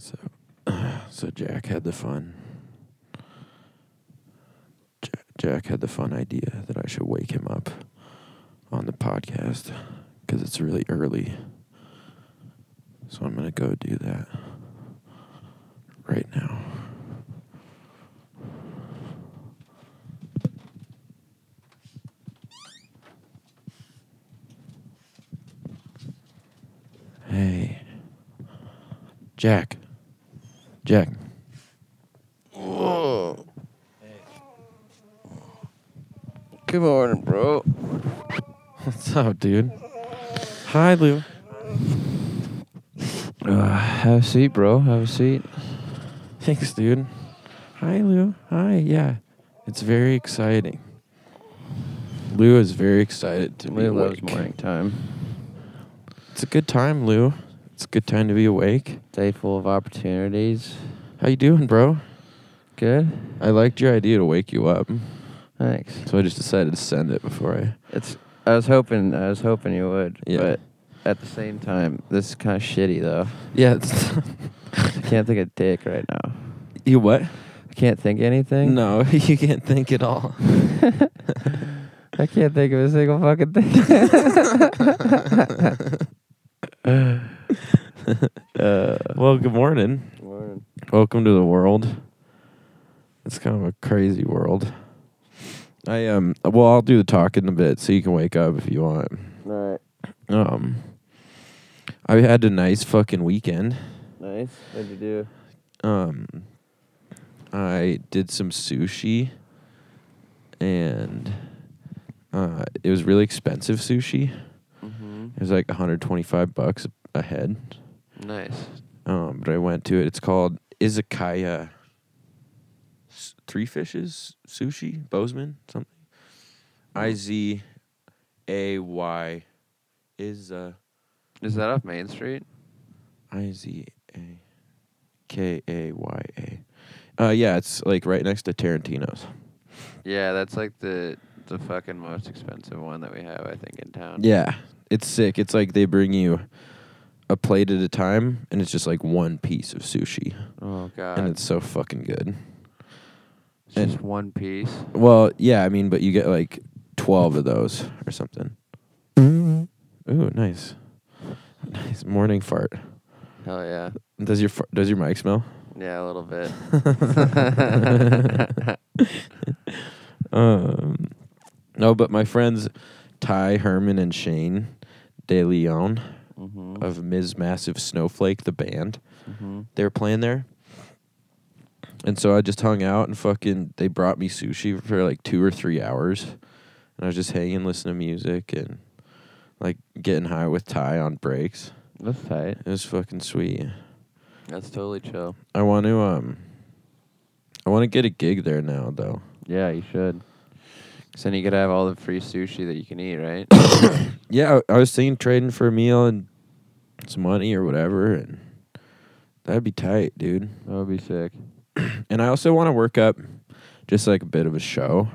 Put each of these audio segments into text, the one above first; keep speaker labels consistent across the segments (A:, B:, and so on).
A: So, so Jack had the fun. Jack, Jack had the fun idea that I should wake him up on the podcast because it's really early. So I'm gonna go do that right now. Hey, Jack. Jack.
B: Good morning, bro.
A: What's up, dude? Hi, Lou.
B: Uh, have a seat, bro. Have a seat.
A: Thanks, dude. Hi, Lou. Hi. Yeah, it's very exciting. Lou is very excited to be
B: We
A: awake.
B: loves morning time.
A: It's a good time, Lou. It's a good time to be awake.
B: Day full of opportunities.
A: How you doing, bro?
B: Good.
A: I liked your idea to wake you up,
B: Thanks.
A: so I just decided to send it before I.
B: It's. I was hoping. I was hoping you would.
A: Yeah.
B: But at the same time, this is kind of shitty though.
A: Yeah. It's
B: I can't think of dick right now.
A: you what?
B: I can't think of anything.
A: No, you can't think at all.
B: I can't think of a single fucking thing. uh,
A: Well, good morning.
B: morning.
A: Welcome to the world. It's kind of a crazy world. I um well I'll do the talk in a bit so you can wake up if you want.
B: All right.
A: Um I had a nice fucking weekend.
B: Nice. What'd you do?
A: Um I did some sushi and uh it was really expensive sushi.
B: Mm-hmm.
A: It was like 125 bucks a head.
B: Nice.
A: Um, but I went to it. It's called Izakaya. S- Three fishes sushi Bozeman something. I Z A Y is a
B: Is that off Main Street?
A: I Z A K A Y A. Uh, yeah, it's like right next to Tarantino's.
B: Yeah, that's like the the fucking most expensive one that we have, I think, in town.
A: Yeah, it's sick. It's like they bring you a plate at a time, and it's just like one piece of sushi,
B: Oh god.
A: and it's so fucking good.
B: It's
A: and-
B: just one piece.
A: Well, yeah, I mean, but you get like twelve of those or something. Mm-hmm. Ooh, nice, nice morning fart.
B: Hell yeah.
A: Does your far- does your mic smell?
B: Yeah, a little bit.
A: Um, no, but my friends Ty Herman and Shane De Leon
B: mm-hmm.
A: of Ms. Massive Snowflake, the band,
B: Mm-hmm.
A: they were playing there. And so I just hung out and fucking they brought me sushi for like two or three hours. And I was just hanging, listening to music and like getting high with Ty on breaks.
B: That's tight.
A: It was fucking sweet.
B: That's totally chill.
A: I want to um I want to get a gig there now though.
B: Yeah, you should. 'Cause then you could have all the free sushi that you can eat, right?
A: Yeah, I, I was thinking trading for a meal and some money or whatever and that'd be tight, dude.
B: that would be sick.
A: And I also want to work up just like a bit of a show,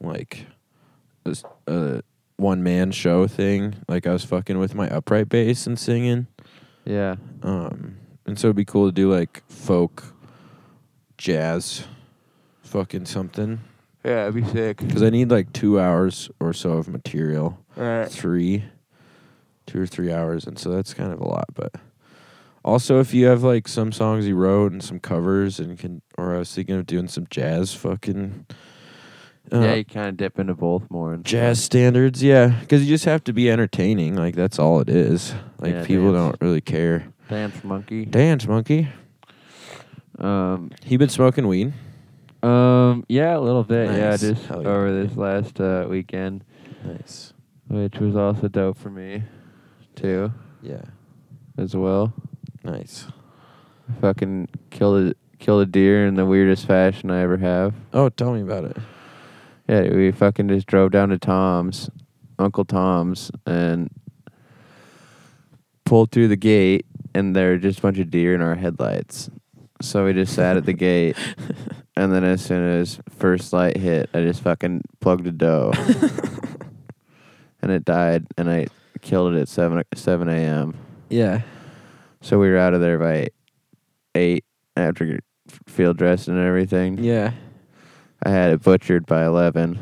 A: like a, one man show thing. Like I was fucking with my upright bass and singing.
B: Yeah.
A: Um, and so it'd be cool to do like folk, jazz, fucking something.
B: Yeah, it'd be sick.
A: Because I need like two hours or so of material.
B: Alright.
A: Three, two or three hours. And so that's kind of a lot. But also, if you have like some songs you wrote and some covers and can, or I was thinking of doing some jazz fucking. Uh,
B: yeah, you kind of dip into both more. And
A: jazz standards yeah because you just have to be entertaining like that's all it is like
B: Yeah,
A: people
B: dance.
A: don't really care
B: Dance monkey.
A: dance monkey
B: Um,
A: he been smoking weed
B: Um, yeah, a little bit.
A: Nice.
B: Yeah, just
A: Hell yeah.
B: over this last uh, weekend,
A: nice
B: which was also dope for me, too,
A: yeah
B: as well.
A: nice
B: Fucking killed a killed a deer in the weirdest fashion I ever have.
A: oh tell me about it
B: Yeah, we fucking just drove down to Tom's, Uncle Tom's, and pulled through the gate, and there were just a bunch of deer in our headlights. So we just sat at the gate, and then as soon as first light hit, I just fucking plugged a doe, and it died, and I killed it at seven seven a.m.
A: yeah
B: So we were out of there by eight after your f- field dressing and everything.
A: Yeah.
B: I had it butchered by eleven,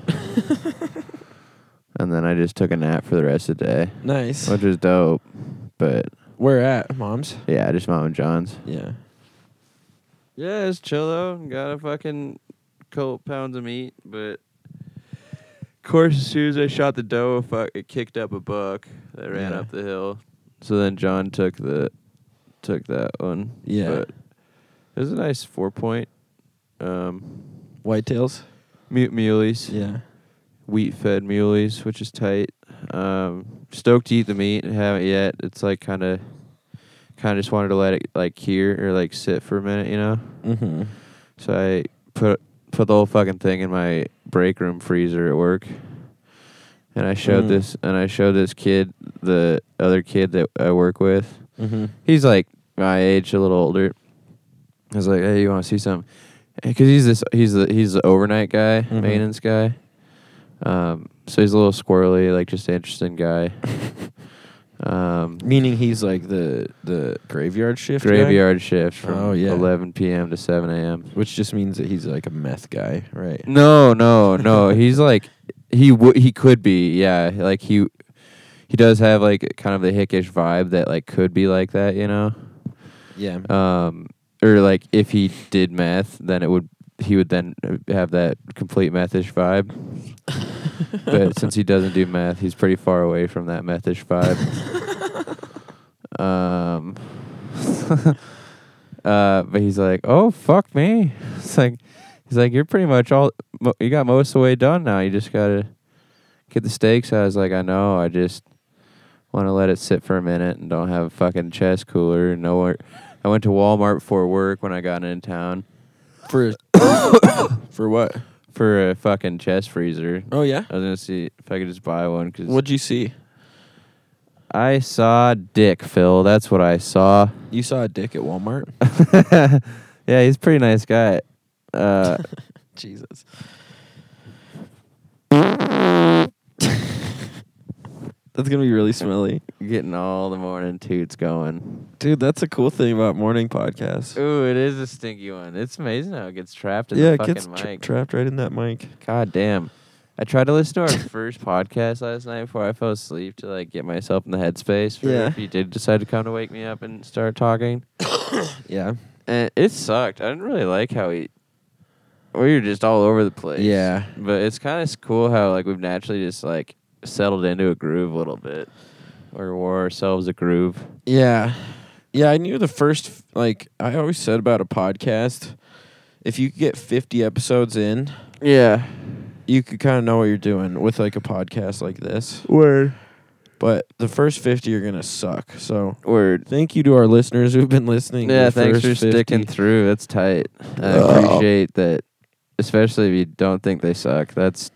B: and then I just took a nap for the rest of the day,
A: Nice.
B: which was dope. But
A: Where at, moms?
B: yeah, just Mom and John's.
A: Yeah.
B: Yeah, it's chill though. Got a fucking couple pounds of meat, but of course, as soon as I shot the doe, fuck, it kicked up a buck that ran
A: Yeah.
B: up the hill. So then John took the took that one.
A: Yeah.
B: but it was a nice four point. Um,
A: Whitetails?
B: mute muleys,
A: Yeah.
B: wheat fed muleys, which is tight. Um, stoked to eat the meat. Haven't yet. It's like kind of, kind of just wanted to let it like cure or like sit for a minute, you know.
A: Mm-hmm.
B: So I put put the whole fucking thing in my break room freezer at work. And I showed
A: Mm.
B: this and I showed this kid, the other kid that I work with.
A: Mm-hmm.
B: He's like my age, a little older. I was like, "Hey, you want to see something?" Because he's this, he's the he's the overnight guy,
A: Mhm.
B: maintenance guy. Um, so he's a little squirrely, like just an interesting guy. um,
A: Meaning he's like the the graveyard shift. guy?
B: graveyard shift from
A: Oh, yeah.
B: 11 p.m. to 7 a.m.
A: which just means that he's like a meth guy, right?
B: No, no, no. He's like he would he could be. Yeah, like he he does have like kind of the hickish vibe that like could be like that, you know.
A: Yeah.
B: Um or like if he did meth, then it would he would then have that complete methish vibe. but since he doesn't do meth, he's pretty far away from that methish vibe. um uh but he's like, "Oh, fuck me." It's like He's like, you're pretty much all. mo- You got most of the way done now. You just gotta get the steaks. I was like, I know. I just want to let it sit for a minute and don't have a fucking chest cooler. and No, wor- I went to Walmart for work when I got in town
A: For for what?
B: for a fucking chest freezer.
A: Oh yeah.
B: I was gonna see if I could just buy one because
A: What'd you see?
B: I saw Dick Phil. That's what I saw.
A: You saw a dick at Walmart?
B: yeah, he's a pretty nice guy. Uh,
A: Jesus. that's gonna be really smelly,
B: getting all the morning toots going.
A: dude. That's a cool thing about morning podcasts.
B: Ooh, it is a stinky one. It's amazing how it gets trapped in
A: yeah,
B: the
A: it
B: fucking
A: gets tra-
B: mic.
A: trapped right in that mic.
B: God damn. I tried to listen to our first podcast last night before I fell asleep to like get myself in the headspace for
A: Yeah.
B: if you did decide to come to wake me up and start talking.
A: Yeah.
B: And it sucked. I didn't really like how he we were just all over the place.
A: Yeah.
B: But it's kind of cool how like we've naturally just like settled into a groove a little bit or wore ourselves a groove.
A: Yeah. Yeah, I knew the first like I always said about a podcast, if you get 50 episodes in,
B: Yeah.
A: you could kind of know what you're doing with like a podcast like this.
B: Word.
A: But the first 50 are going to suck. So,
B: Word.
A: thank you to our listeners who've been listening. to
B: Yeah,
A: the
B: thanks for
A: first 50.
B: sticking through. That's tight. I
A: Oh.
B: appreciate that, especially if you don't think they suck. That's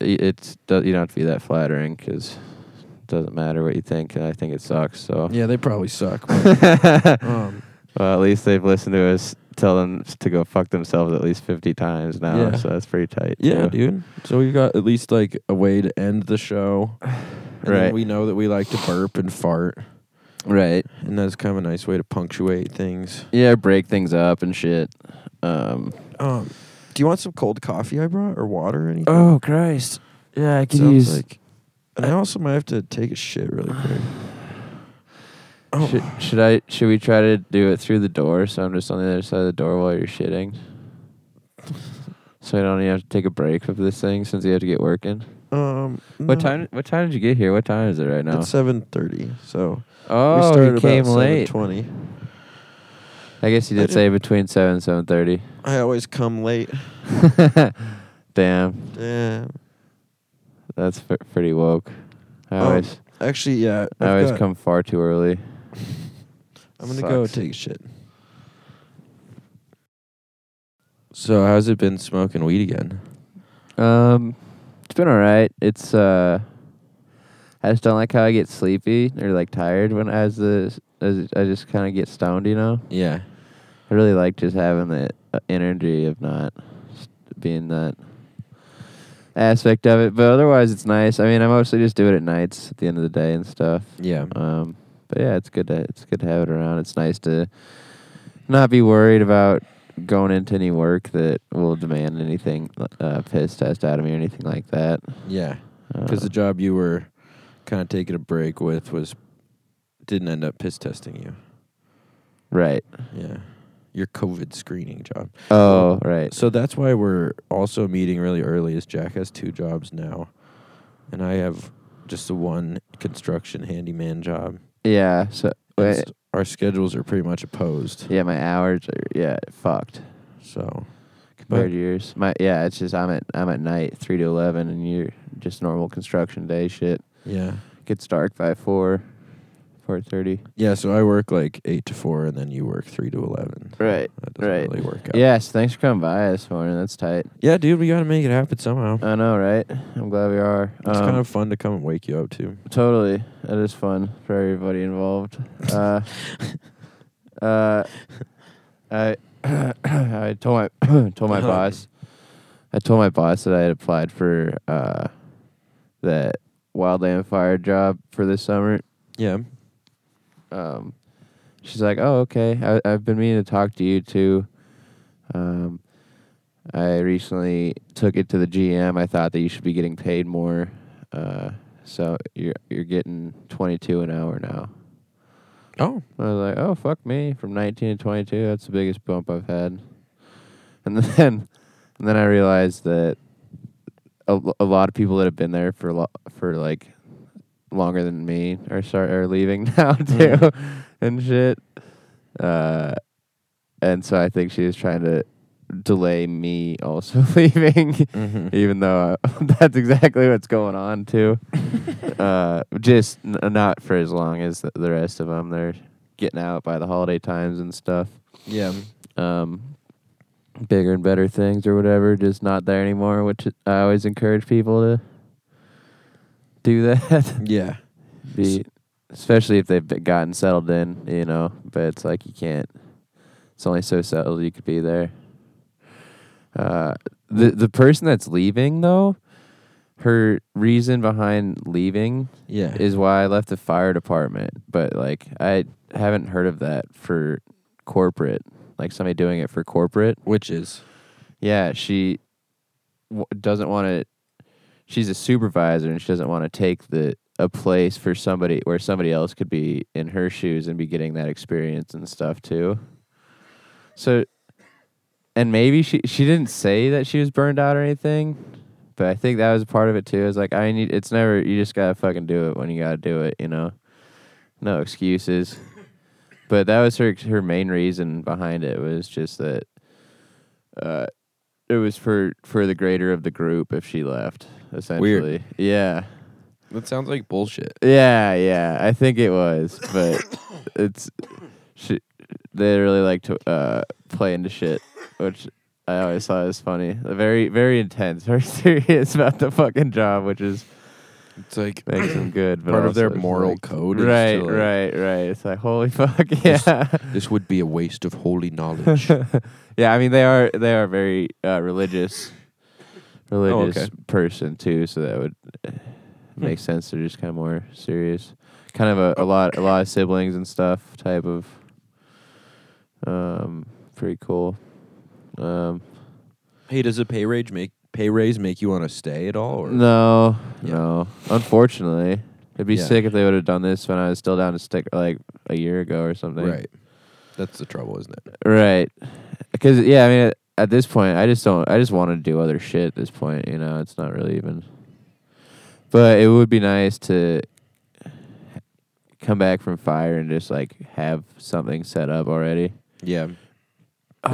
B: i- it's do- you don't have to be that flattering because it doesn't matter what you think. And I think it sucks. So
A: Yeah, they probably suck. but,
B: well,
A: um,
B: at least they've listened to us tell them s- to go fuck themselves at least fifty times now.
A: Yeah.
B: So that's pretty tight.
A: yeah,
B: too.
A: dude. So we've got at least like a way to end the show. And then
B: Right.
A: we know that we like to burp and fart,
B: Right.
A: and that's kind of a nice way to punctuate things.
B: Yeah. Break things up and shit. Um.
A: Um, do you want some cold coffee I brought or water or anything?
B: Oh, Christ. Yeah, I
A: Sounds like. And I also might have to take a shit really quick. Oh,
B: Should, should I? Should we try to do it through the door? So I'm just on the other side of the door while you're shitting. So I don't even have to take a break of this thing since you have to get working.
A: um,
B: What
A: no,
B: time? What time did you get here? What time is it right now?
A: It's seven thirty. So we
B: oh,
A: started
B: you came
A: about
B: late.
A: Twenty.
B: I guess you
A: I
B: did say between seven and seven thirty.
A: I always come late. Eh,
B: Damn,
A: Damn.
B: that's f- pretty woke. I
A: Um,
B: always,
A: Actually, yeah.
B: I
A: I've
B: always
A: got-
B: come far too early.
A: I'm gonna go
B: Sucks.
A: take a shit. So how's it been smoking weed again?
B: Um, it's been all right. It's uh, I just don't like how I get sleepy or like tired when as the as I just kind of get stoned. You know,
A: Yeah.
B: I really like just having the uh, energy of not s- being that aspect of it. But otherwise, it's nice. I mean, I mostly just do it at nights at the end of the day and stuff.
A: Yeah.
B: Um, but yeah, it's good to it's good to have it around. It's nice to not be worried about going into any work that will demand anything uh, piss test out of me or anything like that.
A: Yeah,
B: Uh,
A: because the job you were kind of taking a break with was didn't end up piss testing you.
B: right.
A: Yeah, your COVID screening job.
B: Oh, right.
A: So that's why we're also meeting really early. Is Jack has two jobs now, and I have just the one construction handyman job.
B: Yeah. So
A: And
B: wait,
A: s- Our schedules are pretty much opposed.
B: yeah, my hours are yeah fucked
A: So
B: compared to yours. My yeah, it's just I'm at I'm at night three to eleven, and you're just normal construction day shit.
A: yeah,
B: Gets dark by four, four thirty.
A: yeah. So I work like eight to four, and then you work three to eleven.
B: Right.
A: That doesn't
B: Right.
A: really work out.
B: Yes. Thanks for coming by this morning. That's tight.
A: yeah, dude. We gotta make it happen somehow.
B: I know, right? I'm glad we are.
A: It's
B: Um,
A: kind of fun to come and wake you up too.
B: Totally. It is fun for everybody involved. Uh, uh, I I told my told my boss I told my boss that I had applied for uh, that wildland fire job for this summer.
A: Yeah.
B: Um, she's like, "Oh, okay. I, I've been meaning to talk to you too. Um, I recently took it to the GM. I thought that you should be getting paid more. Uh, so you're you're getting 22 an hour now."
A: Oh.
B: I was like, "Oh, fuck me! From 19 to 22, that's the biggest bump I've had." And then, and then I realized that a, lo- a lot of people that have been there for lo- for like longer than me are start are leaving now too, and shit. Uh, and so I think she was trying to delay me also leaving,
A: Mm-hmm.
B: even though uh that's exactly what's going on too. uh, just n- not for as long as the, the rest of them. They're getting out by the holiday times and stuff.
A: Yeah.
B: Um, bigger and better things or whatever, just not there anymore. Which I always encourage people to do that.
A: Yeah.
B: Be especially if they've been- gotten settled in, you know. But it's like you can't. It's only so settled you could be there. Uh, the the person that's leaving though, her reason behind leaving
A: Yeah.
B: is why I left the fire department. But like I haven't heard of that for corporate, like somebody doing it for corporate.
A: Which is.
B: Yeah, she w- doesn't want to. She's a supervisor and she doesn't want to take the a place for somebody where somebody else could be in her shoes and be getting that experience and stuff too. So, and maybe she she didn't say that she was burned out or anything, but I think that was part of it too. Is like I need. It's never. You just gotta fucking do it when you gotta do it. You know, no excuses. But that was her her main reason behind it was just that uh, it was for for the greater of the group if she left essentially yeah
A: That sounds like bullshit.
B: yeah yeah i think it was but it's she, they really like to uh play into shit which i always thought was funny very very intense very serious about the fucking job which is
A: It's like
B: makes them good but
A: part of their
B: also it's
A: moral
B: like-
A: code. Is
B: right
A: to, like,
B: right right it's like holy fuck yeah
A: This would be a waste of holy knowledge.
B: yeah, I mean they are they are very uh, religious, religious
A: okay. Hmm.
B: person too. So that would uh, make sense. They're just kind of more serious, kind of a, a lot a lot of siblings and stuff type of. Um, pretty cool. Um,
A: hey, does a pay raise make pay raise make you want to stay at all? Or?
B: no,
A: Yeah.
B: no. Unfortunately, it'd be
A: Yeah.
B: sick if they would have done this when I was still down to stick like a year ago or something.
A: Right. That's the trouble, isn't it?
B: Right. Because yeah, I mean, at, at this point, I just don't. I just want to do other shit. At this point, you know, it's not really even. But it would be nice to come back from fire and just like have something set up already.
A: Yeah. They-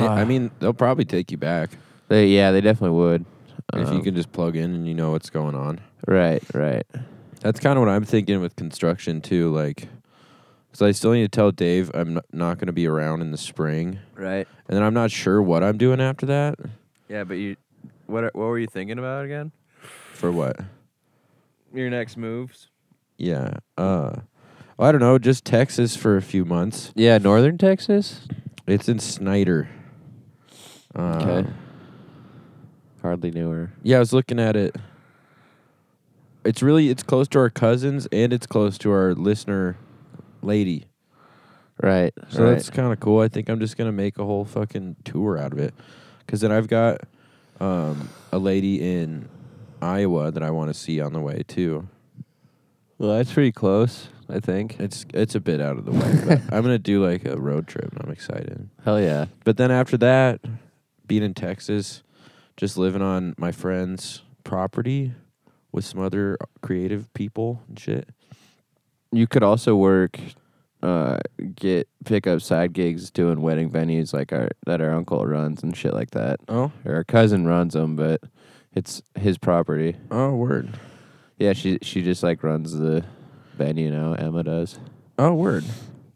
A: I
B: Ah.
A: mean, they'll probably take you back
B: They, yeah, they definitely would.
A: if you
B: Um,
A: can just plug in and you know what's going on.
B: Right. Right.
A: That's kind of what I'm thinking with construction too. Like, so I still need to tell Dave I'm n- not going to be around in the spring,
B: Right.
A: and then I'm not sure what I'm doing after that.
B: Yeah, but you, what what were you thinking about again?
A: For what?
B: Your next moves.
A: Yeah. Uh, I don't know. Just Texas for a few months.
B: Yeah, northern Texas.
A: It's in Snyder. Uh,
B: Okay. Hardly knew her.
A: Yeah, I was looking at it. It's really it's close to our cousins and it's close to our listener lady.
B: Right.
A: So
B: right.
A: that's kind of cool. I think I'm just gonna make a whole fucking tour out of it, because then I've got um, a lady in Iowa that I want to see on the way too.
B: well, that's pretty close, I think.
A: It's it's a bit out of the way, but I'm gonna do like a road trip, and I'm excited.
B: Hell yeah.
A: But then after that, being in Texas, just living on my friend's property with some other creative people and shit.
B: You could also work uh get pick up side gigs doing wedding venues like our that our uncle runs and shit like that.
A: Oh,
B: Or our cousin runs them, but it's his property.
A: oh, word.
B: Yeah, she she just like runs the venue now, Emma does.
A: Oh, word.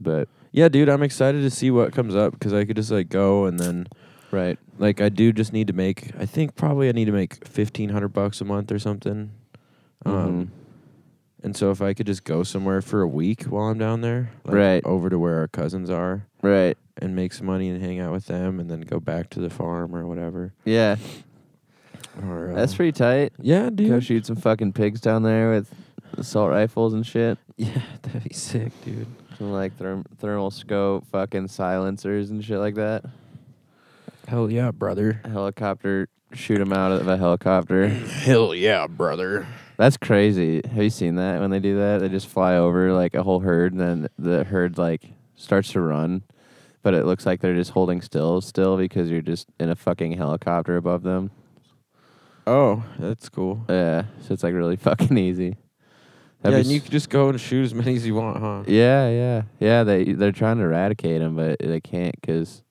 B: But
A: Yeah, dude, I'm excited to see what comes up because I could just like go and then
B: right.
A: like I do just need to make. I think probably I need to make fifteen hundred bucks a month or something. Um,
B: Mhm.
A: and so if I could just go somewhere for a week while I'm down there, like
B: Right.
A: over to where our cousins are
B: Right.
A: and make some money and hang out with them, and then go back to the farm or whatever.
B: Yeah.
A: Or, uh,
B: That's pretty tight.
A: Yeah,
B: Go
A: dude.
B: shoot some fucking pigs down there with assault rifles and shit.
A: Yeah, that'd be sick, dude.
B: Some like therm- thermal scope fucking silencers and shit like that.
A: Hell yeah, brother.
B: Helicopter, shoot them out of a helicopter.
A: Hell yeah, brother.
B: That's crazy. Have you seen that when they do that? They just fly over like a whole herd and then the herd like starts to run, but it looks like they're just holding still still because you're just in a fucking helicopter above them.
A: Oh, that's cool.
B: Yeah, so it's like really fucking easy.
A: yeah,
B: That'd
A: and
B: be
A: you
B: s-
A: can just go and shoot as many as you want, huh?
B: Yeah, yeah, yeah. They they're trying to eradicate them, but they can't because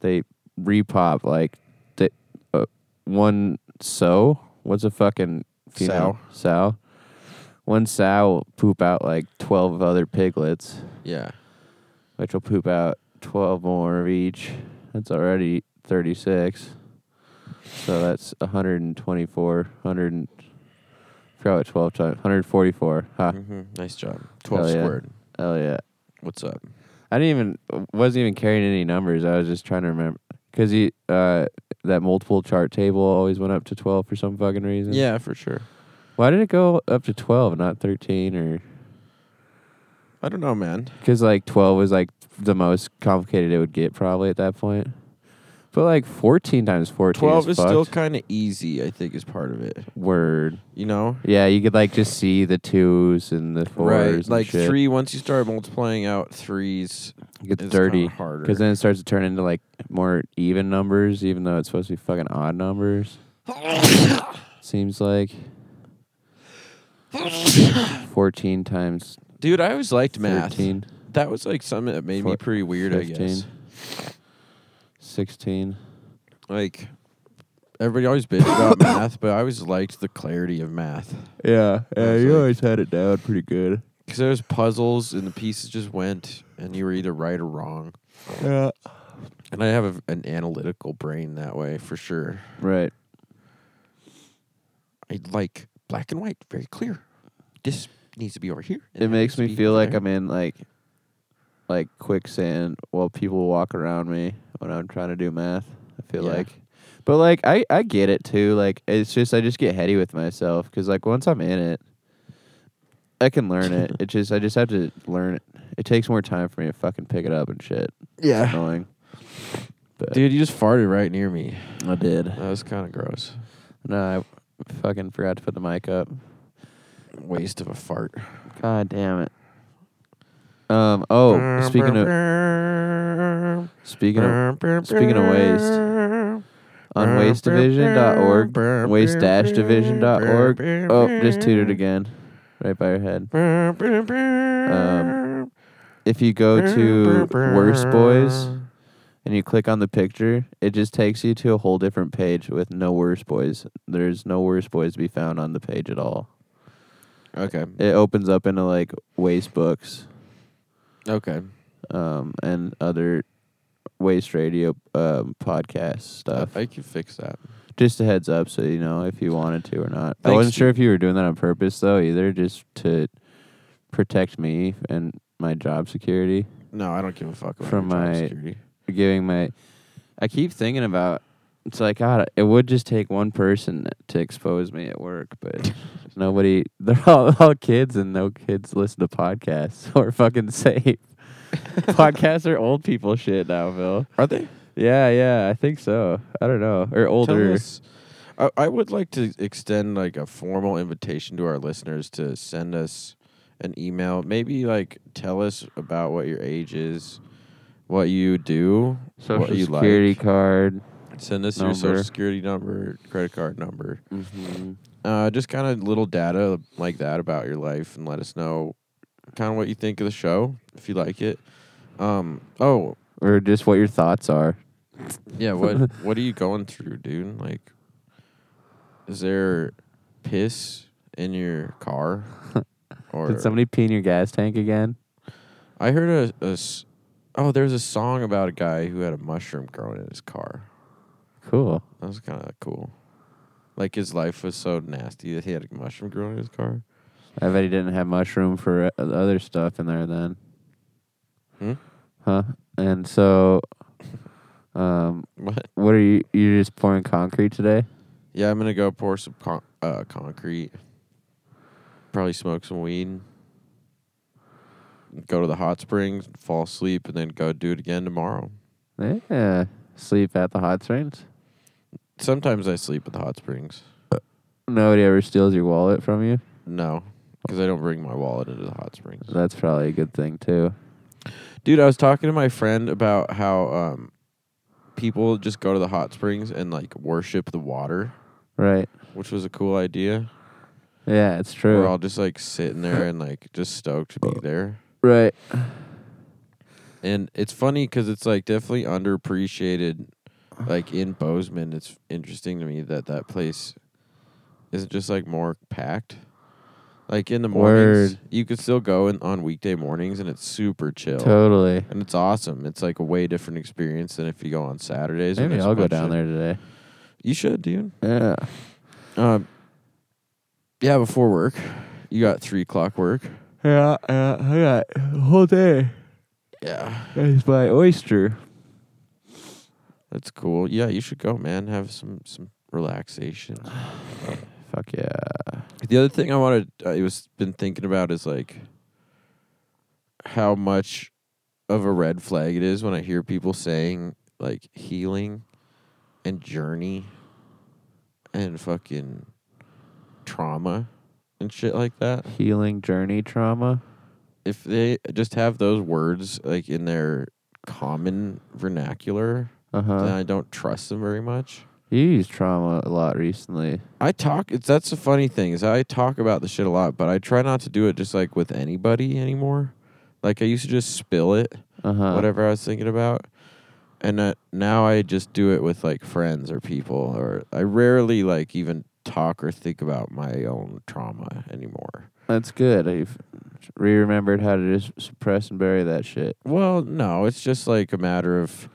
B: they repop like they, uh, one sow. What's a fucking female sow? One sow will poop out like twelve other piglets,
A: Yeah.
B: which will poop out twelve more of each. That's already thirty six. So that's 124, 100, and- forgot what 12 times, 144. Ha,
A: hmm Nice job. 12
B: yeah.
A: squared.
B: hell yeah.
A: What's up?
B: I didn't even wasn't even carrying any numbers. I was just trying to remember because you uh that multiple chart table always went up to twelve for some fucking reason.
A: Yeah, for sure.
B: Why did it go up to twelve, not thirteen, or
A: I don't know, man.
B: because like twelve was like the most complicated it would get probably at that point. But like fourteen times fourteen.
A: 12 is
B: fucked.
A: still kind of easy, I think, is part of it.
B: word.
A: You know?
B: Yeah, you could like just see the twos and the fours.
A: Right.
B: and
A: Like
B: shit.
A: three, once you start multiplying out threes,
B: It gets
A: it's
B: dirty
A: harder.
B: because then it starts to turn into like more even numbers, even though it's supposed to be fucking odd numbers. Seems like 14 times
A: Dude, I always liked math.
B: 13,
A: That was like something that made me
B: Four-
A: pretty weird, I
B: 15,
A: guess.
B: 16.
A: Like, everybody always bitched about math, but I always liked the clarity of math.
B: Yeah,
A: yeah, you always
B: had it down pretty good.
A: Because there was puzzles and the pieces just went, and you were either right or wrong.
B: Yeah.
A: And I have a, an analytical brain that way for sure.
B: Right.
A: I like black and white, very clear. This needs to be over here. and
B: It
A: that needs
B: makes
A: to
B: me
A: be
B: feel
A: over
B: like
A: there.
B: I'm in like like quicksand while people walk around me when I'm trying to do math. I feel
A: Yeah.
B: like but like I I get it too. Like it's just I just get heady with myself cuz like once I'm in it I can learn it. It just I just have to learn it. It takes more time for me to fucking pick it up and shit. It's
A: Yeah.
B: annoying. But
A: Dude, you just farted right near me.
B: I did.
A: That was kind of gross.
B: No, I fucking forgot to put the mic up.
A: Waste of a fart.
B: God damn it. Um oh, speaking of speaking of speaking of waste, on wastedivision.org, waste-division.org. Oh, just tooted again, right by your head. Um, If you go to Worst Boys and you click on the picture, it just takes you to a whole different page with no Worst Boys. There's no Worst Boys to be found on the page at all.
A: Okay.
B: It opens up into like waste books
A: Okay.
B: um, and other waste radio um, podcast stuff.
A: I can fix that.
B: Just a heads up, so you know if you wanted to or not. I
A: Thanks,
B: wasn't
A: Steve.
B: sure if you were doing that on purpose though, either, just to protect me and my job security.
A: No, I don't give a fuck about
B: From
A: your job
B: my-
A: security.
B: Giving my, I keep thinking about. It's like God, it would just take one person to expose me at work, but nobody. They're all, all kids, and no kids listen to podcasts or fucking safe. Podcasts are old people shit now, Phil.
A: Are they
B: Yeah, yeah, I think so. I don't know. Or older.
A: Tell us- I, I would like to extend like a formal invitation to our listeners to send us an email. Maybe like tell us about what your age is, what you do, what you like.
B: card.
A: Send us your
B: number.
A: social security number, credit card number.
B: Mm-hmm.
A: Uh, just kind of little data like that about your life, and let us know kind of what you think of the show if you like it. Um. Oh
B: Or just what your thoughts are.
A: yeah. What What are you going through, dude? Like, is there piss in your car? Or
B: Did somebody pee in your gas tank again?
A: I heard a, a s- oh, there's a song about a guy who had a mushroom growing in his car.
B: Cool.
A: That was kind of cool. Like his life was so nasty that he had a mushroom growing in his car.
B: I bet he didn't have mushroom for uh, other stuff in there then.
A: Hmm?
B: Huh? And so, um,
A: What?
B: what are you? You're just pouring concrete today?
A: Yeah, I'm gonna go pour some con- uh, concrete. Probably smoke some weed. Go to the hot springs, fall asleep, and then go do it again tomorrow.
B: Yeah. Sleep at the hot springs.
A: Sometimes I sleep at the hot springs.
B: Nobody ever steals your wallet from you.
A: No, because I don't bring my wallet into the hot springs.
B: That's probably a good thing too.
A: Dude, I was talking to my friend about how um, people just go to the hot springs and like worship the water,
B: Right.
A: which was a cool idea.
B: Yeah, it's
A: We're
B: true.
A: all just like sitting there and like just stoked to be there.
B: right.
A: And it's funny because it's like definitely underappreciated. Like in Bozeman, it's interesting to me that that place isn't just like more packed. Like in the mornings,
B: Word.
A: you could still go in on weekday mornings, and it's super chill.
B: Totally.
A: and it's awesome. It's like a way different experience than if you go on Saturdays. when
B: Maybe
A: there's
B: I'll
A: a
B: go
A: bunch
B: down
A: of-
B: there today.
A: You should, dude.
B: Yeah.
A: Um, yeah, before work, you got three o'clock work.
B: Yeah, yeah, I got whole day.
A: Yeah,
B: It's my oyster.
A: that's cool. Yeah, you should go, man. Have some some relaxation.
B: Fuck yeah.
A: The other thing I wanted, I was been thinking about is like how much of a red flag it is when I hear people saying like healing and journey and fucking trauma and shit like that.
B: Healing journey trauma.
A: If they just have those words like in their common vernacular,
B: Uh
A: then
B: huh.
A: I don't trust them very much.
B: You used trauma a lot recently.
A: I talk. It's that's the funny thing is I talk about the shit a lot, but I try not to do it just like with anybody anymore. Like I used to just spill it,
B: Uh huh.
A: whatever I was thinking about, and uh, now I just do it with like friends or people, or I rarely like even talk or think about my own trauma anymore.
B: That's good. I've re remembered how to just suppress and bury that shit.
A: Well, no, it's just like a matter of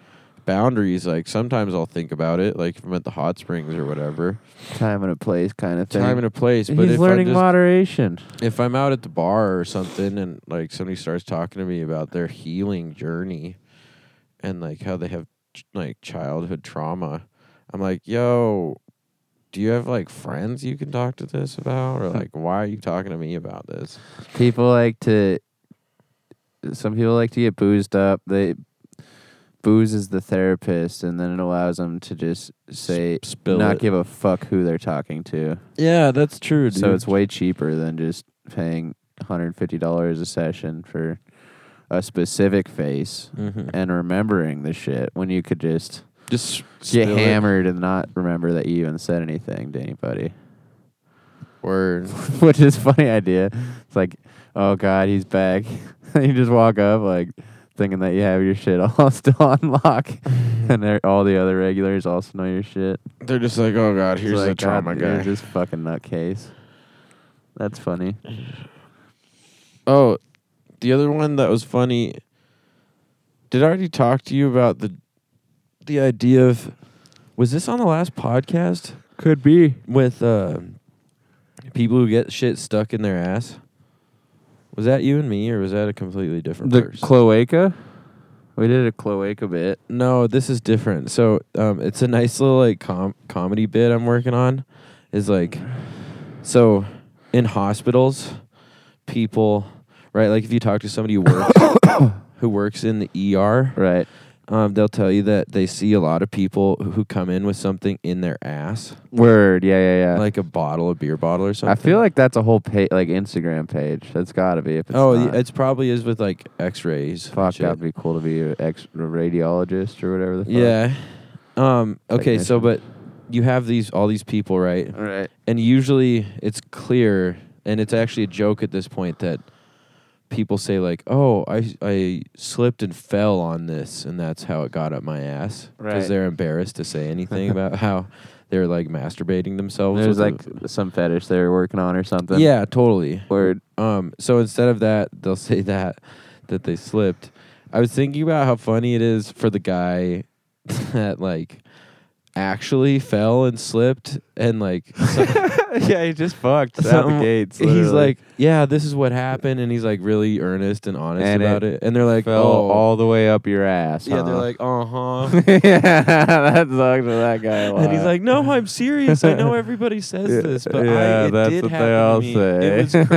A: boundaries. Like sometimes I'll think about it, like if I'm at the hot springs or whatever,
B: Time and a place kind of thing.
A: time and a place. But
B: He's
A: if
B: learning
A: I just,
B: moderation.
A: if I'm out at the bar or something and like somebody starts talking to me about their healing journey and like how they have ch- like childhood trauma, I'm like, yo, do you have like friends you can talk to this about? Or like, why are you talking to me about this?
B: People like to. Some people like to get boozed up. They booze is the therapist, and then it allows them to just say,
A: S- spill
B: not
A: it.
B: give a fuck who they're talking to.
A: Yeah, that's true.
B: So it's way cheaper than just paying $150 a session for a specific face and remembering the shit when you could just
A: Mm-hmm. just
B: get
A: spill it.
B: hammered and not remember that you even said anything to anybody.
A: Word.
B: Which is a funny idea. It's like, oh God, he's back. you just walk up like thinking that you have your shit all still on lock and they're- all the other regulars also know your shit.
A: They're just like, oh god,
B: It's
A: here's the
B: like, God,
A: trauma
B: Here's
A: guy.
B: this fucking nutcase. That's funny.
A: Oh, the other one that was funny. Did I already talk to you about the the idea of was this on the last podcast
B: Could be.
A: with uh, people who get shit stuck in their ass? Was that you and me, or was that a completely different
B: The
A: person?
B: cloaca? We did a cloaca bit.
A: no, this is different. So um, it's a nice little like com- comedy bit I'm working on. Is like, so in hospitals, people, right? Like if you talk to somebody who works who works in the ER,
B: Right.
A: um, they'll tell you that they see a lot of people who come in with something in their ass,
B: Word. Yeah, yeah, yeah.
A: like a bottle, a beer bottle or
B: I
A: something.
B: feel like that's a whole pa- like Instagram page. That's got to be. If it's
A: oh,
B: not.
A: yeah, it's probably is with like X-rays. and
B: fuck.
A: shit.
B: That'd be cool to be an ex radiologist or whatever the fuck.
A: Yeah. Um. Okay. So,
B: Technician. Uh-huh.
A: but you have these all these people, right?
B: Right.
A: and usually it's clear and it's actually a joke at this point that people say like oh i i slipped and fell on this and that's how it got up my ass
B: Right.
A: they're embarrassed to say anything about how they're like masturbating themselves
B: There's like
A: with a-
B: some fetish they were working on or something.
A: yeah totally
B: Word.
A: um so instead of that they'll say that that they slipped i was thinking about how funny it is for the guy that like actually fell and slipped and like some-
B: yeah, he just fucked
A: Something- He's like, yeah, this is what happened, and he's like really earnest and honest
B: And
A: about it. And they're like,
B: fell
A: oh,
B: all the way up your ass.
A: yeah, they're
B: huh?
A: like, uh huh.
B: yeah, that sucks for that guy. a
A: And he's
B: lot.
A: like, "No, I'm serious. I know everybody says
B: Yeah,
A: this, but I,
B: yeah,
A: it
B: that's
A: did
B: what
A: happen
B: they all
A: to me.
B: say.
A: It was,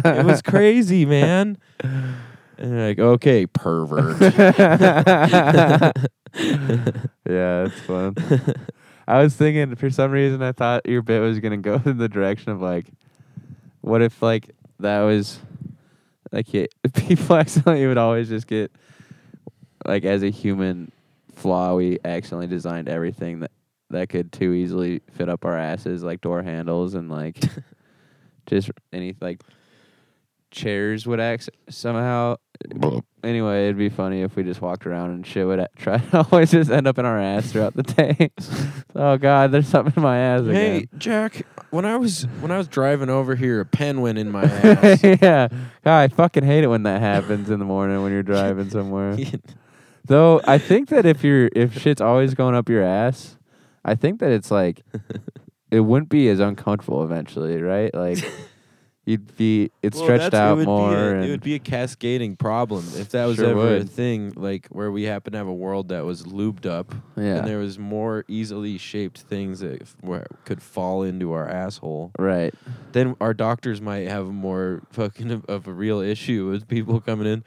A: cra- it was crazy, man." And they're like, "Okay, pervert."
B: yeah, it's fun. I was thinking for some reason I thought your bit was gonna go in the direction of like, what if like that was like it, people accidentally would always just get like as a human flaw we accidentally designed everything that that could too easily fit up our asses like door handles and like just any like chairs would act somehow anyway, it'd be funny if we just walked around and shit would a- try to always just end up in our ass throughout the day. oh God, there's something in my ass
A: hey,
B: again.
A: Jack. When I was when I was driving over here, a pen went in my ass.
B: yeah, God, I fucking hate it when that happens in the morning when you're driving somewhere. Though I think that if you're if shit's always going up your ass, I think that it's like it wouldn't be as uncomfortable eventually, right? Like you'd be it's
A: Well,
B: stretched
A: that's-
B: out
A: it would
B: more.
A: Be a,
B: and
A: it would be a cascading problem if that was
B: Sure
A: ever a
B: would.
A: thing, like where we happen to have a world that was lubed up,
B: yeah,
A: and there was more easily shaped things that f- were, could fall into our asshole.
B: right.
A: Then our doctors might have more fucking of, of a real issue with people coming in.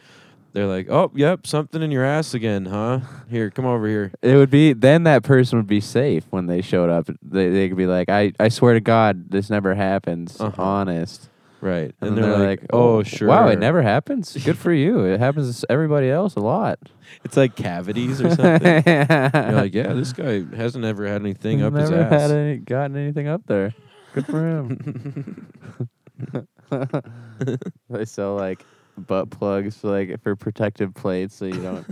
A: They're like, "Oh, yep, something in your ass again, huh? Here, come over here."
B: It would be then that person would be safe when they showed up. They they could be like, I, I swear to God, this never happens.
A: Uh-huh.
B: Honest.
A: Right,
B: And, they're, like, Oh, sure. Wow, it never happens. Good for you. It happens to everybody else a lot.
A: It's like cavities or something. You're
B: like,
A: like, yeah, this guy hasn't ever had anything up
B: never
A: his ass.
B: had any, gotten anything up there. Good for him. they sell like butt plugs like for protective plates, so you don't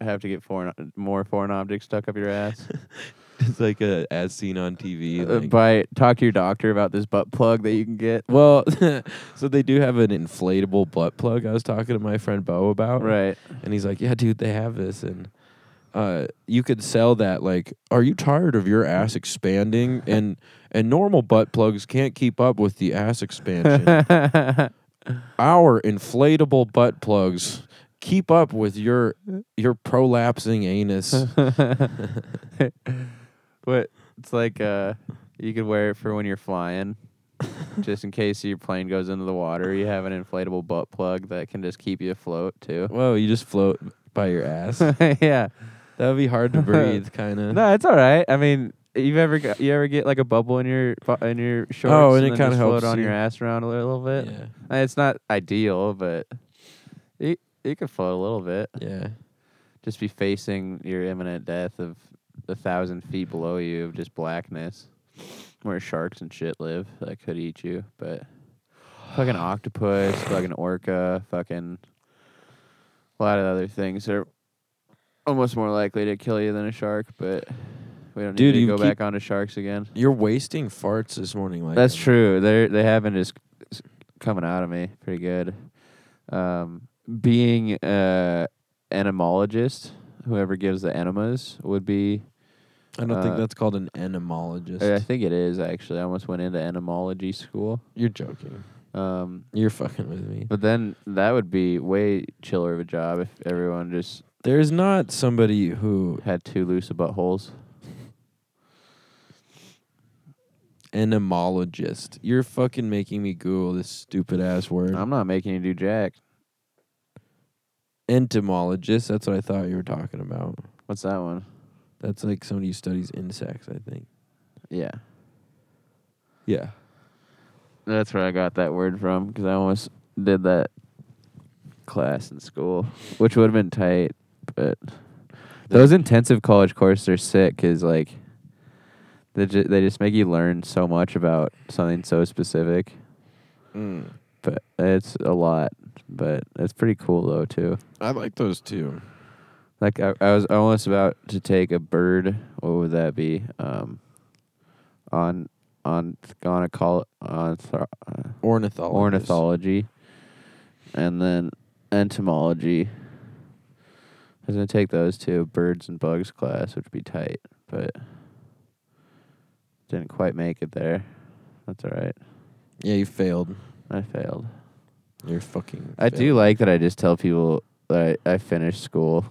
B: have to get foreign more foreign objects stuck up your ass.
A: It's like a as seen on TV.
B: Uh,
A: like-
B: by talk to your doctor about this butt plug that you can get.
A: well, so they do have an inflatable butt plug. I was talking to my friend Bo about,
B: Right.
A: And he's like, "Yeah, dude, they have this, and uh, you could sell that. Like, are you tired of your ass expanding? And and normal butt plugs can't keep up with the ass expansion. Our inflatable butt plugs." Keep up with your your prolapsing anus.
B: what it's like uh you could wear it for when you're flying. just in case your plane goes into the water, you have an inflatable butt plug that can just keep you afloat too.
A: Whoa, you just float by your ass. that
B: yeah.
A: would be hard to breathe, kind of.
B: No, it's all right. I mean, you've ever got, you ever get like a bubble in your bu- in your shorts
A: Oh, and it
B: then
A: kinda
B: just
A: helps
B: float on
A: you.
B: your ass around a little bit.
A: Yeah.
B: Uh, It's not ideal, but you you could float a little bit.
A: Yeah.
B: Just be facing your imminent death of a thousand feet below you of just blackness, where sharks and shit live that could eat you. But fucking octopus, fucking orca, fucking a lot of other things are almost more likely to kill you than a shark. But we don't
A: Dude,
B: need
A: you
B: to go
A: keep-
B: back onto sharks again.
A: You're wasting farts this morning. Like
B: That's
A: I'm-
B: true. They they have been just s- coming out of me pretty good. Um, being uh, entomologist, whoever gives the enemas would be.
A: I don't
B: Uh,
A: think that's called an entomologist.
B: I think it is actually. I almost went into entomology school.
A: You're joking.
B: Um,
A: You're fucking with me.
B: but then that would be way chiller of a job if everyone just
A: There's not somebody who
B: had two loose buttholes.
A: entomologist. You're fucking
B: Um,
A: making me Google this stupid ass word.
B: I'm not making you do jack.
A: entomologist. That's what I thought you were talking about.
B: What's that one?
A: That's like somebody who studies insects, I think.
B: Yeah.
A: Yeah.
B: That's where I got that word from because I almost did that class in school, which would have been tight. But those intensive college courses are sick because like they ju- they just make you learn so much about something so specific.
A: Mm.
B: But it's a lot, but it's pretty cool though too.
A: I like those too.
B: Like I, I was almost about to take a bird. What would that be? Um, on on on a call on. uh,
A: Ornithology.
B: ornithology, and then entomology. I was gonna take those two birds and bugs class, which would be tight, but didn't quite make it there. That's all right.
A: Yeah, you failed.
B: I failed.
A: You're fucking.
B: I do
A: failed.
B: like that. I just tell people that I, I finished school.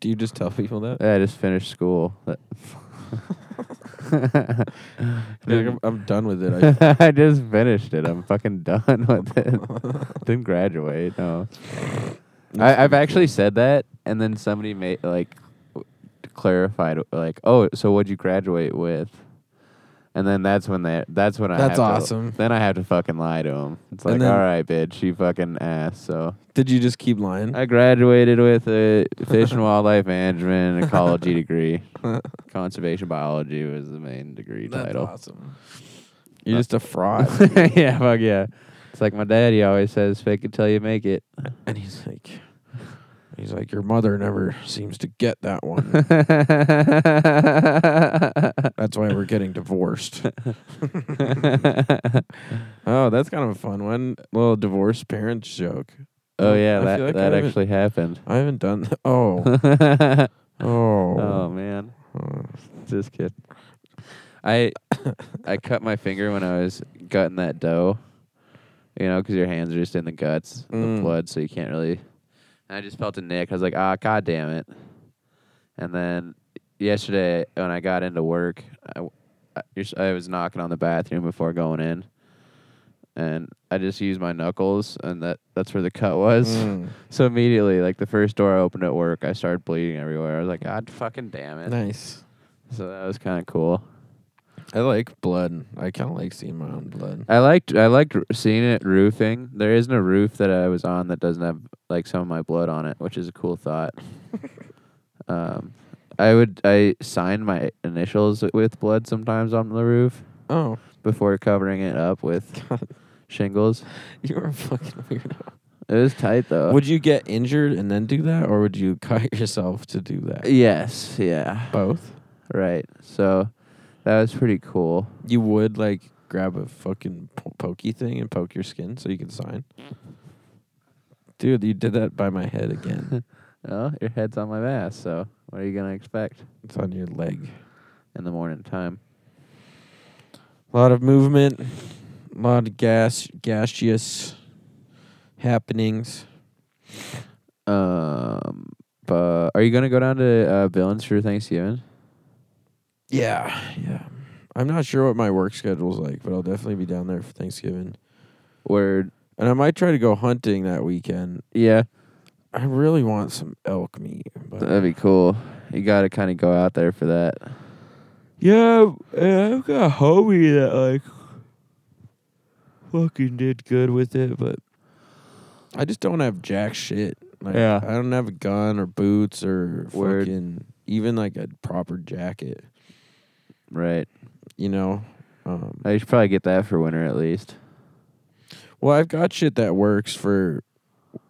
A: Do you just tell people that?
B: I just finished school.
A: Like, I'm, I'm done with it. I,
B: I just finished it. I'm fucking done with it. Didn't graduate. No. I, I've actually said that, and then somebody made like w- clarified like, "Oh, so what'd you graduate with?" And then that's when they that's when I
A: That's
B: have to-
A: awesome.
B: then I have to fucking lie to him. It's
A: And
B: like,
A: then-
B: all right, bitch, you fucking ass. So
A: Did you just keep lying?
B: I graduated with a fish and wildlife management and ecology degree. Conservation biology was the main degree
A: That's
B: title.
A: awesome. You're just a fraud.
B: yeah, fuck yeah. It's like my daddy always says, "Fake it till you make it."
A: and he's like, he's like, your mother never seems to get that one. That's why we're getting divorced. oh, that's kind of a fun one. Little divorced parents joke.
B: Oh yeah,
A: I
B: that
A: feel like I
B: that
A: haven't-
B: actually happened.
A: I haven't done that. Oh.
B: oh
A: Oh.
B: man,
A: Oh.
B: just kidding. I I cut my finger when I was gutting that dough. You know, because your hands are just in the guts,
A: Mm.
B: the blood, so you can't really. And I just felt a nick. I was like, ah, god damn it. And then yesterday, when I got into work, I, w- I- you're s- I was knocking on the bathroom before going in, and I just used my knuckles, and that that's where the cut was.
A: Mm.
B: So immediately, like the first door I opened at work, I started bleeding everywhere. I was like, God fucking damn it.
A: Nice.
B: So that was kind of cool.
A: I like blood. I kind of like seeing my own blood.
B: I liked I liked r- seeing it roofing. There isn't a roof that I was on that doesn't have like some of my blood on it, which is a cool thought. um, I would I sign my initials with blood sometimes on the roof
A: Oh,
B: before covering it up with
A: God.
B: shingles.
A: You're a fucking weirdo.
B: It was tight though.
A: would you get injured and then do that, or would you cut yourself to do that?
B: yes, yeah,
A: Both.
B: right. So that was pretty cool.
A: You would like grab a fucking po- pokey thing and poke your skin so you can sign. Dude, you did that by my head again.
B: Well, your head's on my ass, so what are you gonna expect
A: it's on your leg.
B: in the morning time?
A: A lot of movement, a lot of gas, gaseous happenings.
B: Um, but are you gonna go down to uh, Billings for Thanksgiving?
A: Yeah, yeah. I'm not sure what my work schedule's like, but I'll definitely be down there for Thanksgiving.
B: Where?
A: And I might try to go hunting that weekend.
B: Yeah,
A: I really want some elk meat. But
B: that'd be cool. You gotta kind of go out there for that.
A: yeah, yeah, I've got a homie that like fucking did good with it, but I just don't have jack shit. Like,
B: Yeah.
A: I don't have a gun or boots or
B: Word.
A: fucking even like a proper jacket.
B: Right.
A: You know. Um,
B: I should probably get that for winter at least.
A: well, I've got shit that works for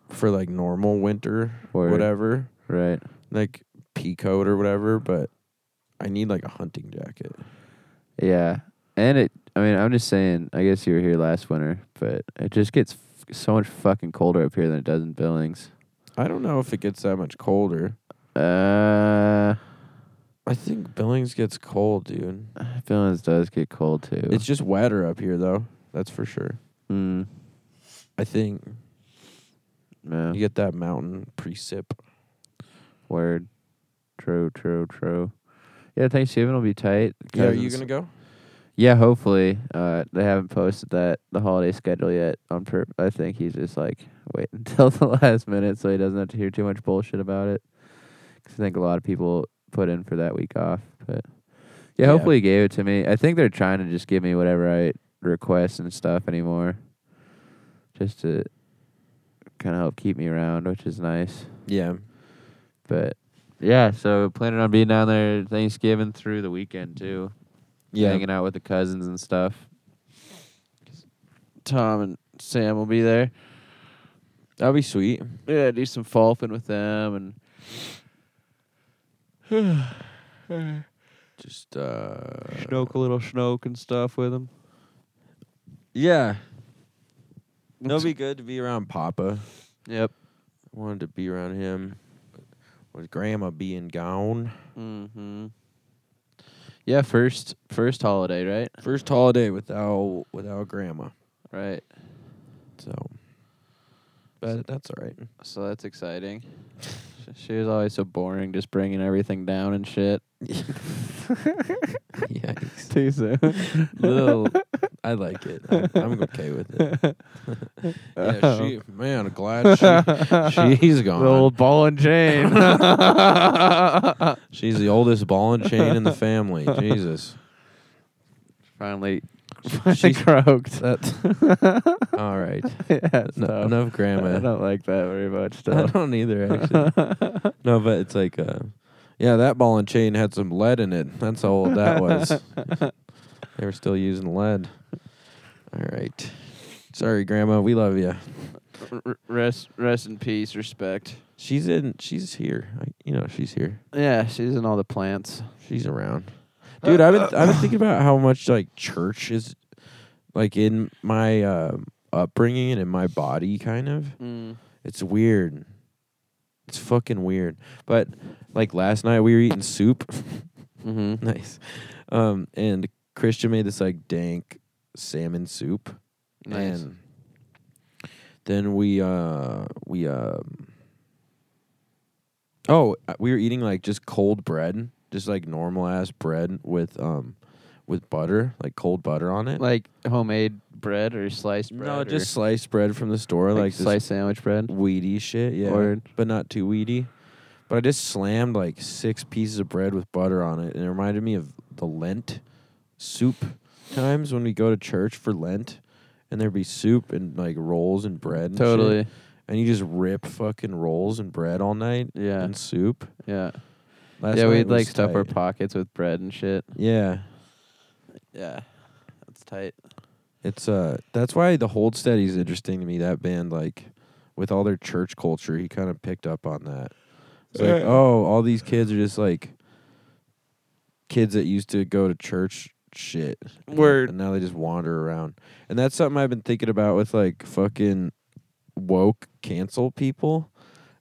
A: for like normal winter,
B: Word.
A: whatever,
B: Right.
A: like pea coat or whatever. But I need like a hunting jacket.
B: Yeah. And it. I mean, I'm just saying. I guess you were here last winter, but it just gets f- so much fucking colder up here than it does in Billings.
A: I don't know if it gets that much colder.
B: Uh,
A: I think Billings gets cold, dude.
B: Billings does get cold too.
A: It's just wetter up here, though. That's for sure.
B: mm,
A: I think
B: yeah.
A: you get that mountain precip.
B: Word. True, true, true. Yeah, Thanksgiving will be tight.
A: Yeah, are you
B: Cousins-
A: gonna go?
B: Yeah, hopefully. Uh, they haven't posted that the holiday schedule yet. On pur- I think he's just like wait until the last minute so he doesn't have to hear too much bullshit about it. 'Cause I think a lot of people put in for that week off, but
A: Yeah.
B: yeah, hopefully he gave it to me. I think they're trying to just give me whatever I request and stuff anymore, just to kind of help keep me around, which is nice.
A: Yeah.
B: But yeah, so planning on being down there Thanksgiving through the weekend too
A: Yeah.
B: hanging out with the cousins and stuff. Tom and Sam will be there.
A: That'd be sweet.
B: Yeah, do some falfing with them and
A: Just uh
B: schnoke a little schnoke and stuff with them.
A: Yeah. It'll be good to be around Papa.
B: Yep.
A: wanted to be around him. With grandma being gone.
B: Mm-hmm. Yeah, first first holiday, right?
A: First holiday without without grandma.
B: Right.
A: So but that's all right.
B: So that's exciting. she was always so boring, just bringing everything down and shit.
A: Yikes.
B: Too soon.
A: Little I like it. I'm, I'm okay with it. Yeah, she
B: Oh.
A: man, I'm glad she she's gone.
B: The old ball and chain.
A: She's the oldest ball and chain in the family. Jesus.
B: Finally,
A: She's-
B: croaked.
A: That- all right.
B: yeah, it's
A: No,
B: tough.
A: enough
B: I
A: grandma.
B: don't like that very much.
A: I
B: Though.
A: don't either actually. No, but it's like, uh, yeah, that ball and chain had some lead in it. That's how old that was. they were still using lead. All right. Sorry, Grandma. We love you.
B: R- rest, rest in peace. Respect.
A: She's in. She's here. I, you know, she's here.
B: Yeah, she's in all the plants.
A: She's around. Dude, I've been I've been thinking about how much like church is like in my uh, upbringing and in my body, kind of.
B: Mm.
A: It's weird. It's fucking weird. But like last night, we were eating soup.
B: hmm
A: nice. Um, and Christian made this like dank salmon soup.
B: Nice.
A: And then we uh we um oh uh, we were eating like just cold bread, just like normal ass bread with um with butter, like cold butter on it.
B: Like homemade bread or sliced bread.
A: no,
B: or
A: just sliced bread from the store,
B: like,
A: like, this
B: sliced sandwich bread.
A: weedy shit, yeah,
B: Word.
A: but not too weedy. But I just slammed like six pieces of bread with butter on it, and it reminded me of the Lent soup times when we go to church for Lent, and there'd be soup and like rolls and bread. And shit.
B: Totally.
A: and you just rip fucking rolls and bread all night
B: Yeah.
A: and soup.
B: Yeah.
A: Last
B: yeah,
A: night
B: we'd like
A: was
B: stuff our
A: tight.
B: pockets with bread and shit.
A: Yeah,
B: Yeah, that's tight.
A: it's uh that's why the Hold Steady's interesting to me. That band like with all their church culture, he kind of picked up on that. It's like,
B: Yeah.
A: oh, all these kids are just like kids that used to go to church shit. And-
B: Word.
A: And now they just wander around. And that's something I've been thinking about with like fucking woke cancel people.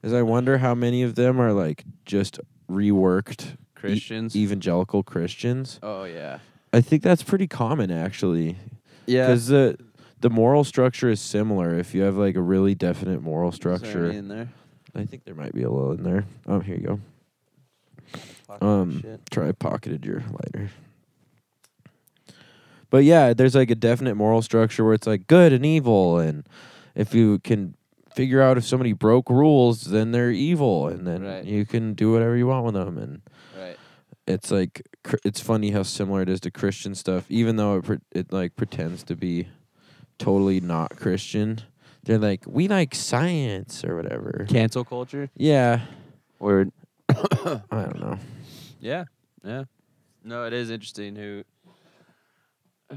A: Is I wonder how many of them are like just reworked
B: Christians.
A: evangelical Christians.
B: oh yeah.
A: I think that's pretty common actually.
B: Yeah.
A: Because the the moral structure is similar. If you have like a really definite moral structure,
B: in there.
A: I think there might be a little in there. Oh, here you go. Um, Try pocketed your lighter. But yeah, there's like a definite moral structure where it's like good and evil, and if you can figure out if somebody broke rules, then they're evil, and then
B: Right.
A: you can do whatever you want with them, and
B: Right.
A: it's like cr- it's funny how similar it is to Christian stuff, even though it pre- it like pretends to be totally not Christian. They're like, we like science or whatever.
B: Cancel culture.
A: Yeah,
B: Word.
A: I don't know.
B: Yeah. Yeah. No, it is interesting who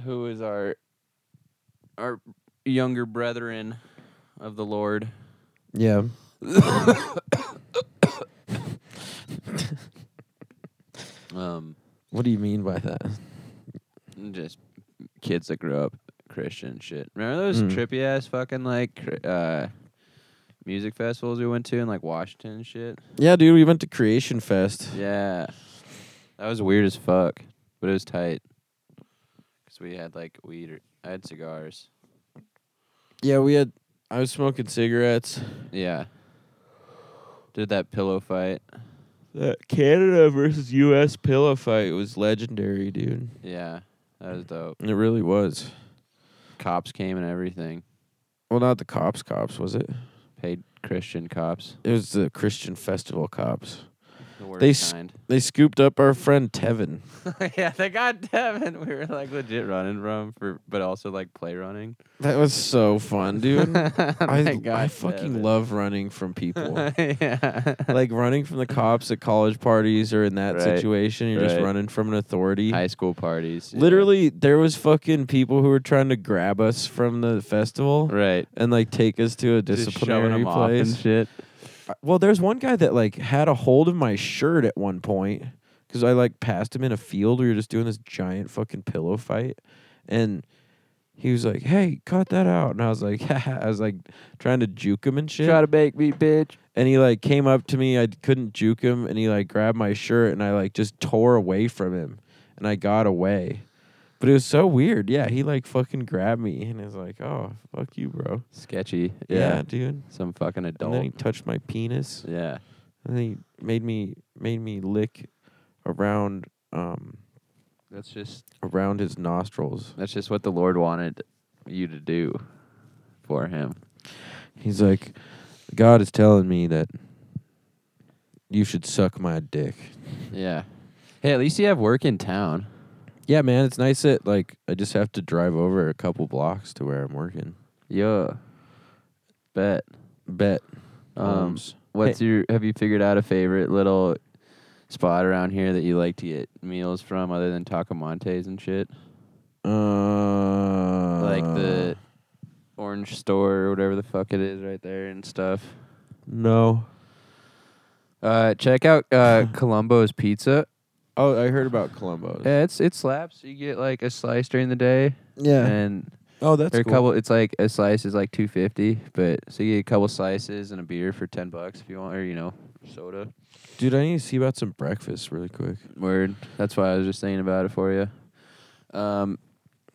B: who is our our younger brethren of the Lord.
A: Yeah,
B: Um,
A: what do you mean by that?
B: just kids that grew up Christian shit. Remember those
A: Mm.
B: trippy ass fucking like cr- uh music festivals we went to in like Washington and shit?
A: Yeah, dude, we went to Creation Fest.
B: Yeah. That was weird as fuck, but it was tight. Cuz we had like weed or I had cigars.
A: Yeah, we had. I was smoking cigarettes.
B: Yeah. Did that pillow fight.
A: That Canada versus U.S. pillow fight was legendary, dude.
B: Yeah. That was dope.
A: It really was.
B: Cops came and everything.
A: Well, not the cops, cops, was it?
B: Paid Christian cops.
A: It was the Christian festival cops.
B: The
A: They
B: worst
A: s-
B: kind.
A: They scooped up our friend Tevin.
B: yeah, they got Devin. We were like legit running from for, but also like play running.
A: That was so fun, dude.
B: Oh
A: I,
B: They got
A: I fucking
B: Devin.
A: love running from people.
B: yeah.
A: like running from the cops at college parties or in that
B: Right,
A: situation, you're just
B: right.
A: running from an authority.
B: high school parties. yeah.
A: Literally, there was fucking people who were trying to grab us from the festival
B: Right.
A: and like take us to a
B: Just shoving
A: disciplinary
B: them off and
A: place.
B: shit.
A: I- Well, there's one guy that like had a hold of my shirt at one point because I like passed him in a field. We were just doing this giant fucking pillow fight, and he was like, "Hey, cut that out!" And I was like, "I was like trying to juke him and shit."
B: Try to make me, bitch.
A: and he like came up to me. I couldn't juke him, and he like grabbed my shirt, and I like just tore away from him, and I got away. But it was so weird. Yeah, he like fucking grabbed me, and is like, "Oh, fuck you, bro."
B: Sketchy.
A: Yeah,
B: Yeah.
A: dude.
B: Some fucking
A: And then he
B: adult.
A: touched my penis,
B: Yeah.
A: and then he made me made me lick around um
B: That's just
A: around his nostrils.
B: that's just what the Lord wanted you to do for him.
A: He's like, "God is telling me that you should suck my dick."
B: Yeah. Hey, at least you have work in town.
A: Yeah, man, it's nice that like I just have to drive over a couple blocks to where I'm working.
B: Yeah. Bet.
A: Bet.
B: Um, What's your? Have you figured out a favorite little spot around here that you like to get meals from, other than Tacamontes and shit,
A: uh,
B: like the orange store or whatever the fuck it is right there and stuff.
A: no?
B: Uh, check out uh, Columbo's Pizza.
A: Oh, I heard about Columbo's.
B: Yeah, it's it slaps. You get like a slice during the day, and
A: oh, that's
B: or a
A: cool.
B: couple. It's like a slice is like two fifty, but so you get a couple slices and a beer for ten bucks if you want, or you know, soda.
A: Dude, I need to see about some breakfast really quick.
B: Word. That's why I was just thinking about it for you. Um,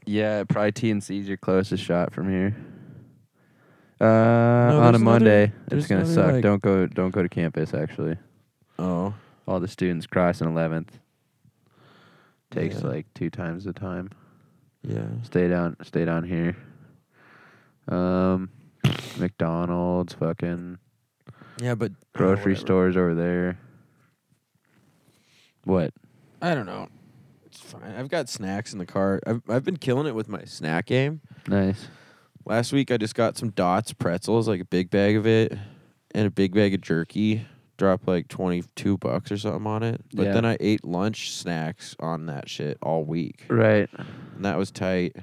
B: yeah, probably TNC's your closest shot from here. Uh, on
A: there's
B: a
A: another-
B: Monday,
A: there's
B: it's gonna
A: another,
B: suck.
A: like-
B: don't go. Don't go to campus. Actually,
A: Oh,
B: all the students cross in eleventh. Takes
A: Yeah.
B: like two times the time.
A: yeah.
B: Stay down. Stay down here. Um, McDonald's, fucking
A: Yeah, but
B: grocery stores over there. What?
A: I don't know. It's fine. I've got snacks in the car. I've I've been killing it with my snack game.
B: Nice.
A: Last week I just got some Dots pretzels, like a big bag of it, and a big bag of jerky. Dropped like twenty two bucks or something on it. But
B: Yeah.
A: then I ate lunch snacks on that shit all week,
B: Right.
A: and that was tight.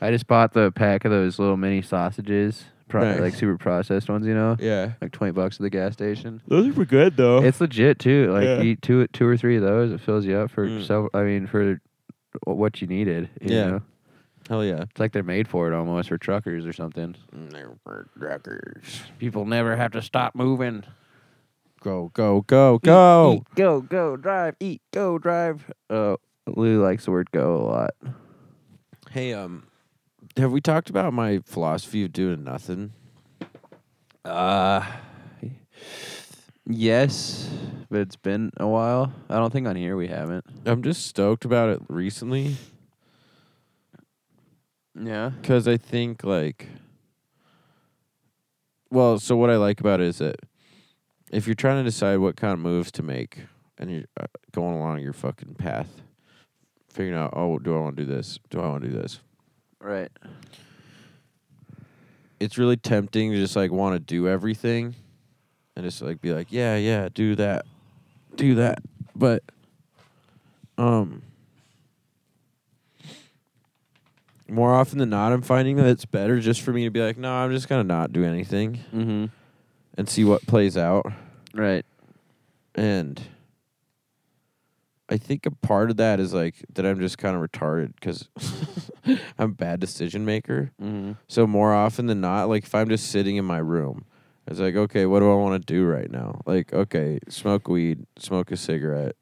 B: I just bought the pack of those little mini sausages, pro-
A: Nice.
B: like super processed ones, you know,
A: Yeah,
B: like twenty bucks at the gas station.
A: those were good though.
B: It's legit too. Like
A: Oh. Yeah.
B: you eat two, two or three of those, it fills you up for
A: Mm.
B: several. I mean, for what you needed. You
A: Yeah.
B: know?
A: Hell yeah.
B: it's like they're made for it almost for truckers or something. People never have to stop moving.
A: Go go go go.
B: eat, go, go, drive, eat, go, drive. Oh, Lou likes the word "go" a lot.
A: Hey, um, have we talked about my philosophy of doing nothing?
B: Uh, yes, but it's been a while. I don't think on here we haven't.
A: I'm just stoked about it recently
B: Yeah.
A: because I think like, well, so what I like about it is that if you're trying to decide what kind of moves to make and you're uh, going along your fucking path, figuring out, oh, do I want to do this? Do I want to do this?
B: Right.
A: it's really tempting to just like want to do everything and just like be like, yeah, yeah, do that, do that. But, um, more often than not, I'm finding that it's better just for me to be like, no, I'm just gonna not do anything
B: Mm-hmm.
A: and see what plays out.
B: Right.
A: And I think a part of that is like that I'm just kind of retarded because I'm a bad decision maker.
B: Mm-hmm.
A: So more often than not, like if I'm just sitting in my room, it's like, okay, what do I want to do right now? Like, okay, smoke weed, smoke a cigarette,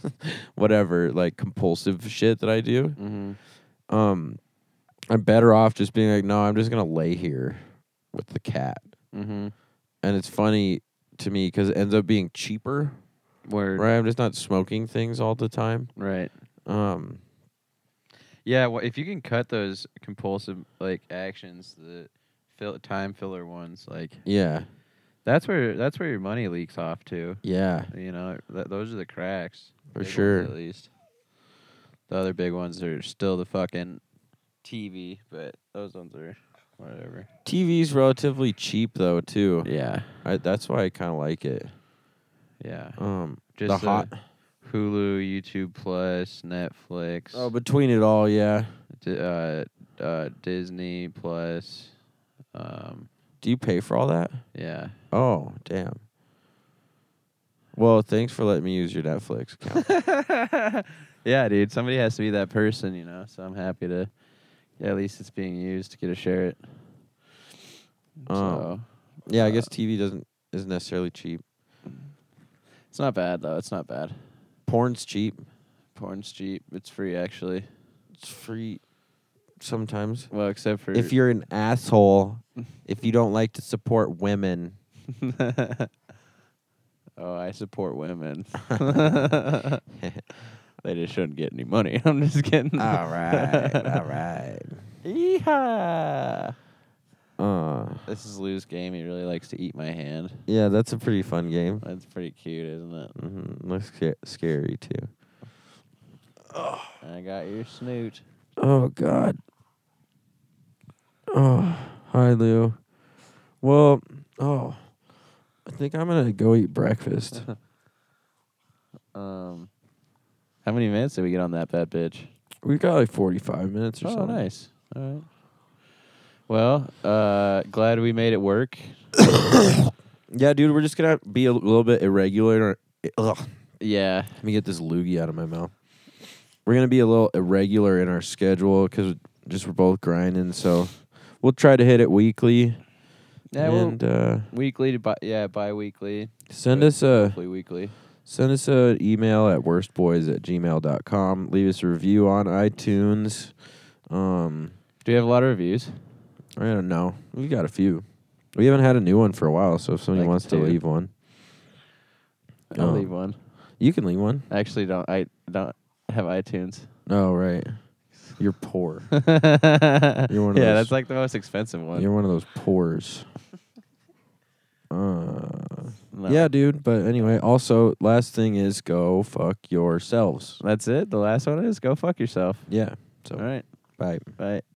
A: whatever, like compulsive shit that I do.
B: Mm-hmm.
A: Um, I'm better off just being like, no, I'm just gonna lay here with the cat.
B: Mm-hmm.
A: And it's funny to me because it ends up being cheaper,
B: Word.
A: right? I'm just not smoking things all the time.
B: Right.
A: Um,
B: Yeah, well, if you can cut those compulsive like actions, the fill, time filler ones, like
A: Yeah.
B: that's where that's where your money leaks off to.
A: Yeah.
B: You know, th- those are the cracks
A: For
B: big ones
A: sure.
B: At least the other big ones are still the fucking TV, but those ones are whatever.
A: TV's relatively cheap though too.
B: Yeah,
A: I, that's why I kind of like it.
B: yeah.
A: Um,
B: Just uh,
A: the hot.
B: Hulu, YouTube Plus, Netflix.
A: Oh, between it all, yeah.
B: Di- uh, uh, Disney Plus. Um,
A: Do you pay for all that?
B: yeah.
A: Oh, damn. Well, thanks for letting me use your Netflix account.
B: yeah, dude. Somebody has to be that person, you know. So I'm happy to. Yeah, at least it's being used to get to share it.
A: Um,
B: so
A: yeah, I guess TV doesn't is necessarily cheap.
B: it's not bad though. It's not bad.
A: Porn's cheap.
B: Porn's cheap. It's free actually.
A: It's free sometimes.
B: Well, except for
A: If you're an asshole, if you don't like to support women,
B: oh, I support women. they just shouldn't get any money. I'm just kidding.
A: all right, all right.
B: Yeehaw!
A: Uh,
B: This is Lou's game. He really likes to eat my hand.
A: yeah, that's a pretty fun game.
B: That's pretty cute, isn't it?
A: Mm-hmm. Looks sca- scary too.
B: I got your snoot.
A: Oh God. Oh, hi Lou. Well, oh, I think I'm gonna go eat breakfast.
B: Um, how many minutes did we get on that bad bitch?
A: we got like 45 minutes or
B: Oh,
A: something.
B: nice. All right. Well, uh, glad we made it work.
A: Yeah, dude, we're just gonna be a little bit irregular. Ugh,
B: Yeah,
A: let me get this loogie out of my mouth. We're gonna be a little irregular in our schedule because just we're both grinding. So we'll try to hit it weekly.
B: yeah. Well, uh,
A: and uh,
B: weekly to bi- yeah, bi-weekly,
A: send
B: but
A: us a
B: hopefully weekly.
A: Send us an email at worstboys at gmail.com. Leave us a review on iTunes. Um,
B: Do we have a lot of reviews?
A: I don't know. We got a few. We haven't had a new one for a while, so if somebody
B: Like
A: wants
B: two.
A: to leave one,
B: I'll
A: Oh.
B: leave one.
A: you can leave one.
B: I actually don't. I don't have iTunes.
A: Oh, right. You're poor.
B: You're
A: one
B: one
A: of those-
B: yeah, that's like the most expensive one.
A: You're one of those poors. Uh,
B: No.
A: Yeah, dude. But anyway, also, last thing is go fuck yourselves.
B: that's it. The last one is go fuck yourself.
A: Yeah. So,
B: All right,
A: bye.
B: bye.